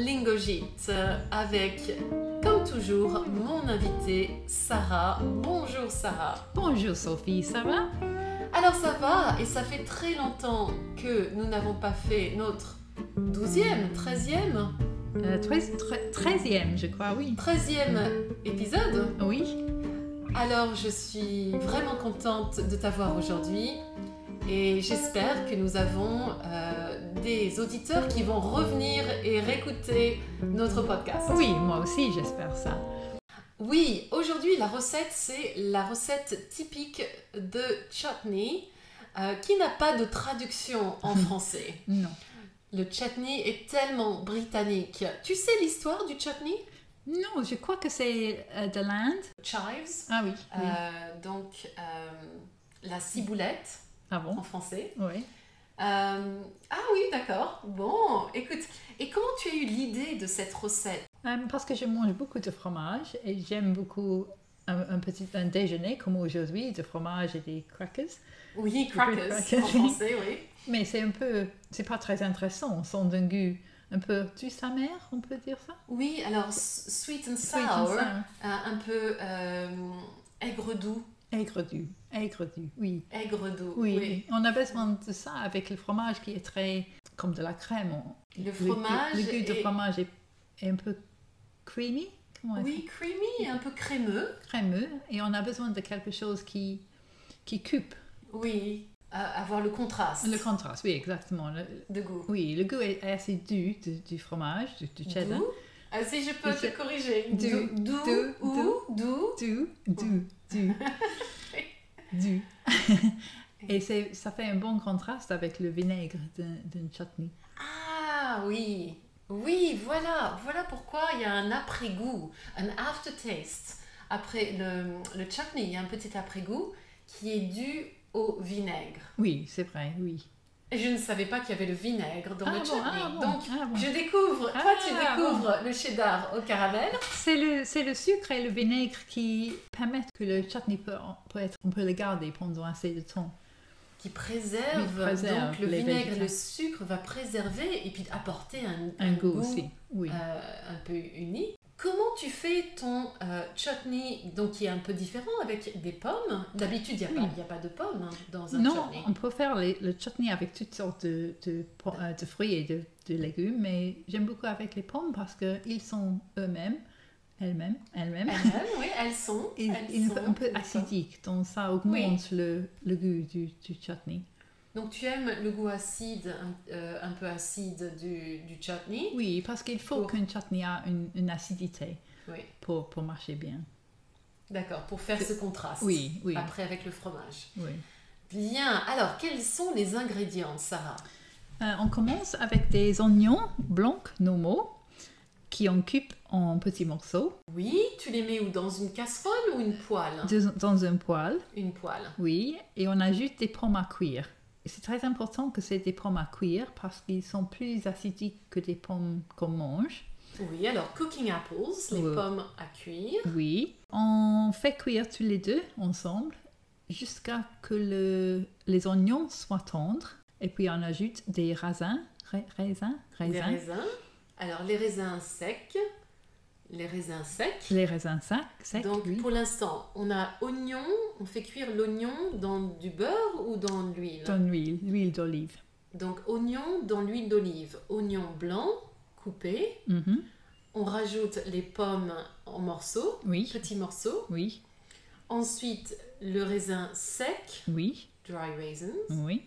Lingogite avec, comme toujours, mon invitée Sarah. Bonjour Sarah. Bonjour Sophie, ça va Alors ça va, et ça fait très longtemps que nous n'avons pas fait notre 12e, 13e, Euh, treize- tre- Treizième, je crois, oui. 13e épisode. Oui, Alors je suis vraiment contente de t'avoir aujourd'hui et j'espère que nous avons euh, des auditeurs qui vont revenir et réécouter notre podcast. oui, moi aussi, j'espère ça. Oui, aujourd'hui la recette c'est la recette typique de chutney euh, qui n'a pas de traduction en français. Non. Le chutney est tellement britannique. Tu sais l'histoire du chutney Non, je crois que c'est euh, de l'Inde. Chives, Ah oui. euh, oui. donc euh, la ciboulette ah bon en français. Oui. Euh, ah oui, d'accord. Bon, écoute, et comment tu as eu l'idée de cette recette Euh, parce que je mange beaucoup de fromage et j'aime beaucoup un, un petit un déjeuner comme aujourd'hui, de fromage et des crackers. Oui, Oui, crackers crackers. en français, oui. Mais c'est un peu, c'est pas très intéressant, sans d'un goût un peu tu sa mère, on peut dire ça Oui, alors s- sweet and sour, Sweet and sour. euh, un peu euh, aigre doux, Aigre du, aigre du, oui. aigre doux. Oui, on a besoin de ça avec le fromage qui est très comme de la crème. on- Le fromage le, goût de est- fromage est, est un peu creamy, comment on dit Oui, creamy, un peu crémeux. crémeux, et on a besoin de quelque chose qui qui coupe Oui, euh, avoir le contraste le contraste. Oui, exactement. Le- de goût. oui, le goût est assez doux du, du fromage, du, du cheddar. Doux. Ah, si je peux Du te cheddar. corriger. Du- Doux, doux, doux, ou doux. Doux, doux, doux, doux. et c'est- ça fait un bon contraste avec le vinaigre d'un d'une chutney. Ah oui, oui, voilà, voilà pourquoi il y a un après-goût, un aftertaste. Après le, le chutney, il y a un petit après-goût qui est dû au vinaigre. Oui, c'est vrai, oui. Et je ne savais pas qu'il y avait le vinaigre dans Ah le bon, chutney. ah bon, Donc, ah bon. je découvre, toi tu Ah découvres le cheddar au caramel. C'est le, c'est le sucre et le vinaigre qui permettent que le chutney peut, peut être, on peut le garder pendant assez de temps. qui préserve. Oui, préserve Donc le les vinaigre, végétaux. le sucre va préserver et puis apporter un, Un goût aussi, oui. euh, un peu unique. Comment tu fais ton euh, chutney, donc qui est un peu différent avec des pommes D'habitude, il n'y a, Oui. pas- il y a pas de pommes hein, dans un non, chutney. on peut faire les- le chutney avec toutes sortes de, de, po- euh, de fruits et de, de légumes, mais j'aime beaucoup avec les pommes parce qu'ils sont eux-mêmes, elles-mêmes, elles-mêmes. Elles, oui, elles sont. Ils, elles ils sont sont un peu d'accord. acidiques, donc ça augmente le, le goût du, du chutney. Donc tu aimes le goût acide, un, euh, un peu acide du, du chutney. Oui, parce qu'il faut Pour- qu'un chutney a une, une acidité Oui, pour, pour marcher bien. d'accord, pour faire ce contraste. Oui, oui, Après avec le fromage. oui. Bien, alors quels sont les ingrédients, Sarah Euh, on commence avec des oignons blancs normaux qui on coupe en petits morceaux Oui, tu les mets où Dans une casserole ou une poêle de- dans un poêle, Une poêle. oui, et on ajoute des pommes à cuire. Et C'est très important que c'est des pommes à cuire parce qu'ils sont plus acidiques que des pommes qu'on mange. Oui, alors cooking apples, les Ouais. pommes à cuire. Oui, on fait cuire tous les deux ensemble jusqu'à que le- les oignons soient tendres. Et puis on ajoute des raisins, ra- raisins, Les raisins, raisins. Alors les raisins secs. Les raisins secs. les raisins secs, secs, Donc oui. pour l'instant, on a oignon, on fait cuire l'oignon dans du beurre ou dans de l'huile dans l'huile, l'huile d'olive. Donc oignon dans l'huile d'olive, oignon blanc coupé, Mhm, on rajoute les pommes en morceaux, Oui. petits morceaux, Oui, ensuite le raisin sec, oui, dry raisins, oui.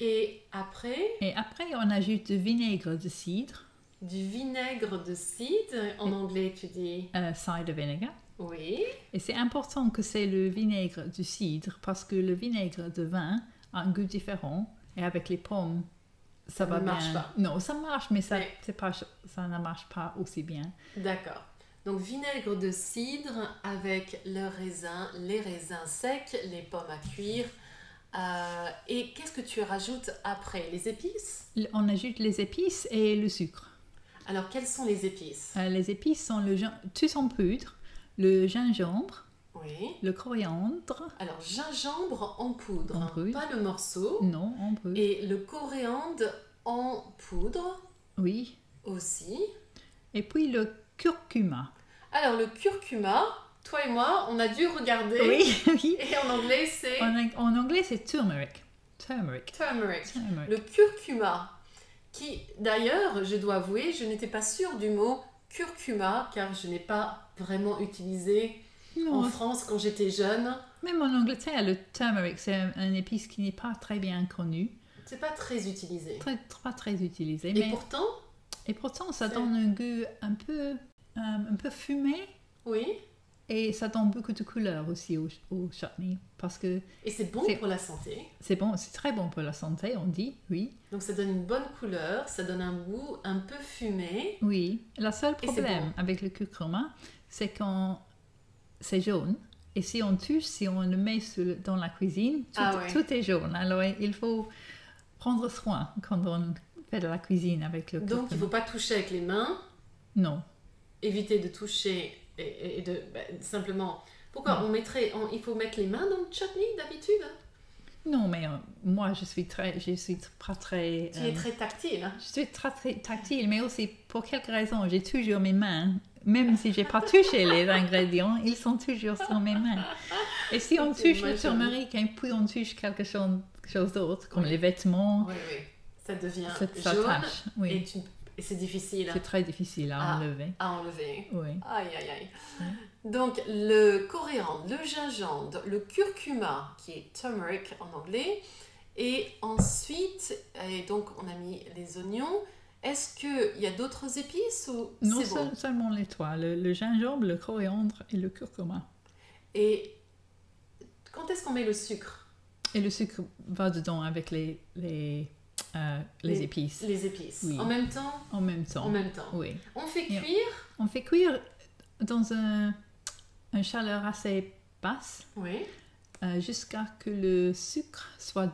et après Et après, on ajoute du vinaigre de cidre, Du vinaigre de cidre, en anglais tu dis euh, cider vinegar. oui. Et c'est important que c'est le vinaigre du cidre parce que le vinaigre de vin a un goût différent. Et avec les pommes, ça, ne va marche bien. pas. Non, ça marche, mais ça, Oui. c'est pas, ça ne marche pas aussi bien. D'accord. Donc vinaigre de cidre avec le raisin, les raisins secs, les pommes à cuire. Euh, et qu'est-ce que tu rajoutes après Les épices L- On ajoute les épices et le sucre. Alors quelles sont les épices Euh, les épices sont le gin- tout en poudre, le gingembre, Oui. le coriandre, Alors gingembre en poudre, En hein, poudre. Mm. pas le morceau. non, on peut. Et le coriandre en poudre Oui, aussi. Et puis le curcuma. Alors, le curcuma, toi et moi, on a dû regarder. Oui, oui. Et en anglais, c'est En, ang- en anglais, c'est turmeric. Turmeric. turmeric. Turmeric. Le curcuma, qui d'ailleurs, je dois avouer, je n'étais pas sûre du mot curcuma, car je n'ai pas vraiment utilisé en Non, France quand j'étais jeune. même en Angleterre, le turmeric, c'est un, un épice qui n'est pas très bien connu, C'est pas très utilisé. très, pas très utilisé. Et mais, pourtant, et pourtant, ça c'est- donne un goût un peu, euh, un peu fumé oui, et ça donne beaucoup de couleurs aussi au, au chutney. Parce que et c'est bon C'est- pour la santé. c'est bon, c'est très bon pour la santé, on dit, oui. Donc ça donne une bonne couleur, ça donne un goût un peu fumé. Oui, le seul Et c'est problème avec le curcuma, c'est quand c'est jaune. Et si on touche, si on le met sur le- dans la cuisine, tout, Ah ouais. tout est jaune. Alors il faut prendre soin quand on fait de la cuisine avec le Donc il curcuma. faut pas toucher avec les mains, Non, éviter de toucher et, et- et de bah, simplement. Pourquoi on mettrait, on- il faut mettre les mains dans le chutney d'habitude hein. non, mais euh, moi je suis très, je suis tr- pas très, Tu euh, es très tactile. hein. je suis très, très tactile, mais aussi pour quelques raisons, j'ai toujours mes mains. Même si j'ai pas touché les ingrédients, ils sont toujours sur mes mains. Et si on C'est touche le magique. turmeric et puis on touche quelque chose, chose d'autre, comme Oui. les vêtements, Oui, oui. Ça devient ça ça jaune tâche. et, Oui, tu- et c'est difficile c'est très difficile à Ah. enlever. à enlever. Oui. Aïe, aïe, aïe. Donc, le coriandre, le gingembre, le curcuma, qui est turmeric en anglais, et ensuite, et donc on a mis les oignons. Est-ce qu'il y a d'autres épices ou Non c'est bon seul- seulement les trois, le, le gingembre, le coriandre et le curcuma. Et quand est-ce qu'on met le sucre Et le sucre va dedans avec les, les, euh, les Les- épices Les épices. Oui. En même temps en même temps. En même temps. Oui. On fait Yeah. cuire On fait cuire dans un, une chaleur assez basse Oui. euh, jusqu'à que le sucre soit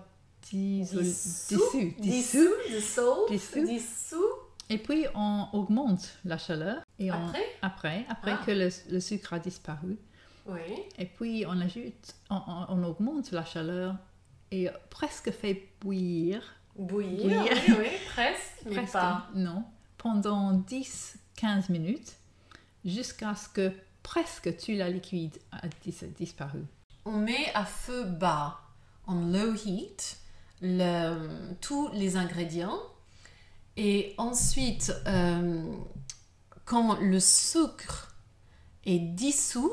Dissous, dissous, dissous, dissous. Dissous, dissolve, Dissous. dissous. Et puis on augmente la chaleur et on- Après après, après Ah. que le, le sucre a disparu. Oui. Et puis on ajoute, on, on- on augmente la chaleur et presque fait bouillir. Bouillir, Bouillir. oui, oui, presque, mais presque, pas. Non. Pendant 10-15 minutes jusqu'à ce que presque tout la liquide a dis- disparu. On met à feu bas, en low heat, le- tous les ingrédients. Et ensuite, euh, quand le sucre est dissous,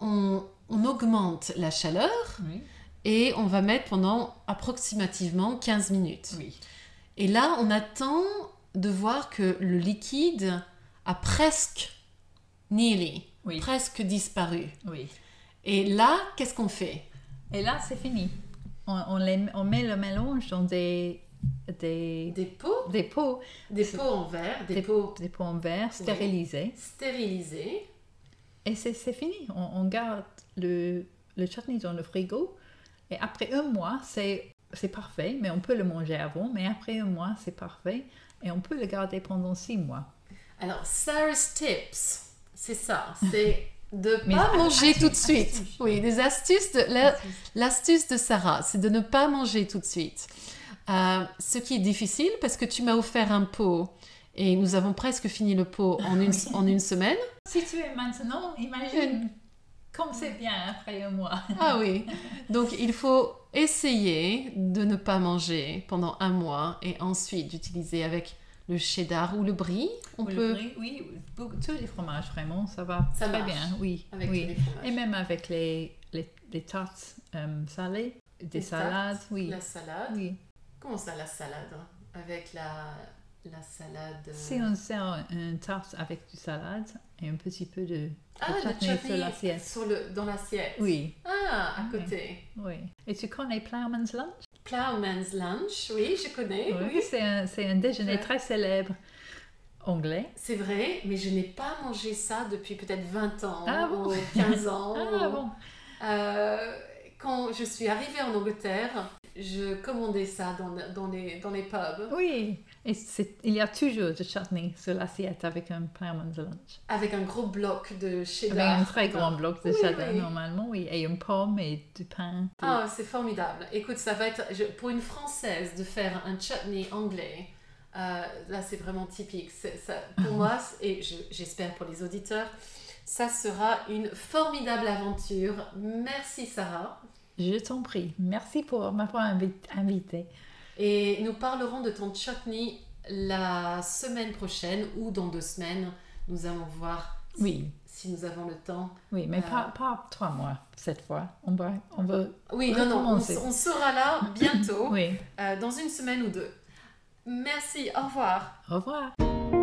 on, on augmente la chaleur Oui. et on va mettre pendant approximativement 15 minutes. oui. Et là, on attend de voir que le liquide a presque nielé, Oui. presque disparu. Oui. Et là, qu'est-ce qu'on fait Et là, c'est fini. On, on les- on met le mélange dans des, des, Des pots, des pots, des C'est- pots en verre, des, des- pots des pots en verre stérilisés. stérilisés. Et c'est c'est fini. On, on garde le, le chutney dans le frigo. Et après un mois, c'est c'est parfait. Mais on peut le manger avant. Mais après un mois, c'est parfait. Et on peut le garder pendant six mois. Alors, Sarah's tips, c'est ça, c'est de Mais- pas manger astuces, tout de suite. astuces. Oui, des astuces. De, la- L'astuce de Sarah, c'est de ne pas manger tout de suite. Euh, ce qui est difficile parce que tu m'as offert un pot et nous avons presque fini le pot en une, en une semaine. Si tu es maintenant, imagine comme c'est bien après un mois. Ah oui. Donc il faut essayer de ne pas manger pendant un mois et ensuite d'utiliser avec le cheddar ou le brie. On Ou le peut brie, oui, beaucoup- tous les fromages, vraiment, ça va Ça très marche. bien. Oui, avec oui. tous les fromages. Et même avec les, les, les tartes euh, salées, des Les salades, tartes, oui. La salade. oui. Comment ça la salade hein, Avec la la salade. euh, Si on sert une tarte avec du salade et un petit peu de... ah, le le chutney sur chutney l'assiette. sur le- dans l'assiette. Oui, Ah, à Oui. côté. oui. Et tu connais Plowman's Lunch Plowman's lunch, oui, je connais. oui. C'est un, c'est un déjeuner Ouais. très célèbre anglais. C'est vrai, mais je n'ai pas mangé ça depuis peut-être 20 ans Ah bon ou 15 ans. Ah ou- bon Euh, quand je suis arrivée en Angleterre, je commandais ça dans, dans les, dans les pubs Oui. Et c'est- il y a toujours du chutney sur l'assiette avec un Plowman's Lunch. avec un gros bloc de Avec cheddar. un très grand bloc de Oui, cheddar oui. normalement, oui. Et une pomme et du pain. Ah, c'est formidable. Écoute, ça va être je- pour une Française de faire un chutney anglais Euh, là, c'est vraiment typique. C'est- ça- pour moi, c'est- et je- j'espère pour les auditeurs, ça sera une formidable aventure. Merci Sarah. Je t'en prie. Merci pour m'avoir invi- invité. Et nous parlerons de ton chutney la semaine prochaine ou dans deux semaines. Nous allons voir si- Oui, si nous avons le temps. oui, mais Euh. pas, pas trois mois cette fois. On va, on va. Oui, non, non, on, Recommencer. on sera là bientôt, Oui. euh, dans une semaine ou deux. Merci, au revoir. Au revoir.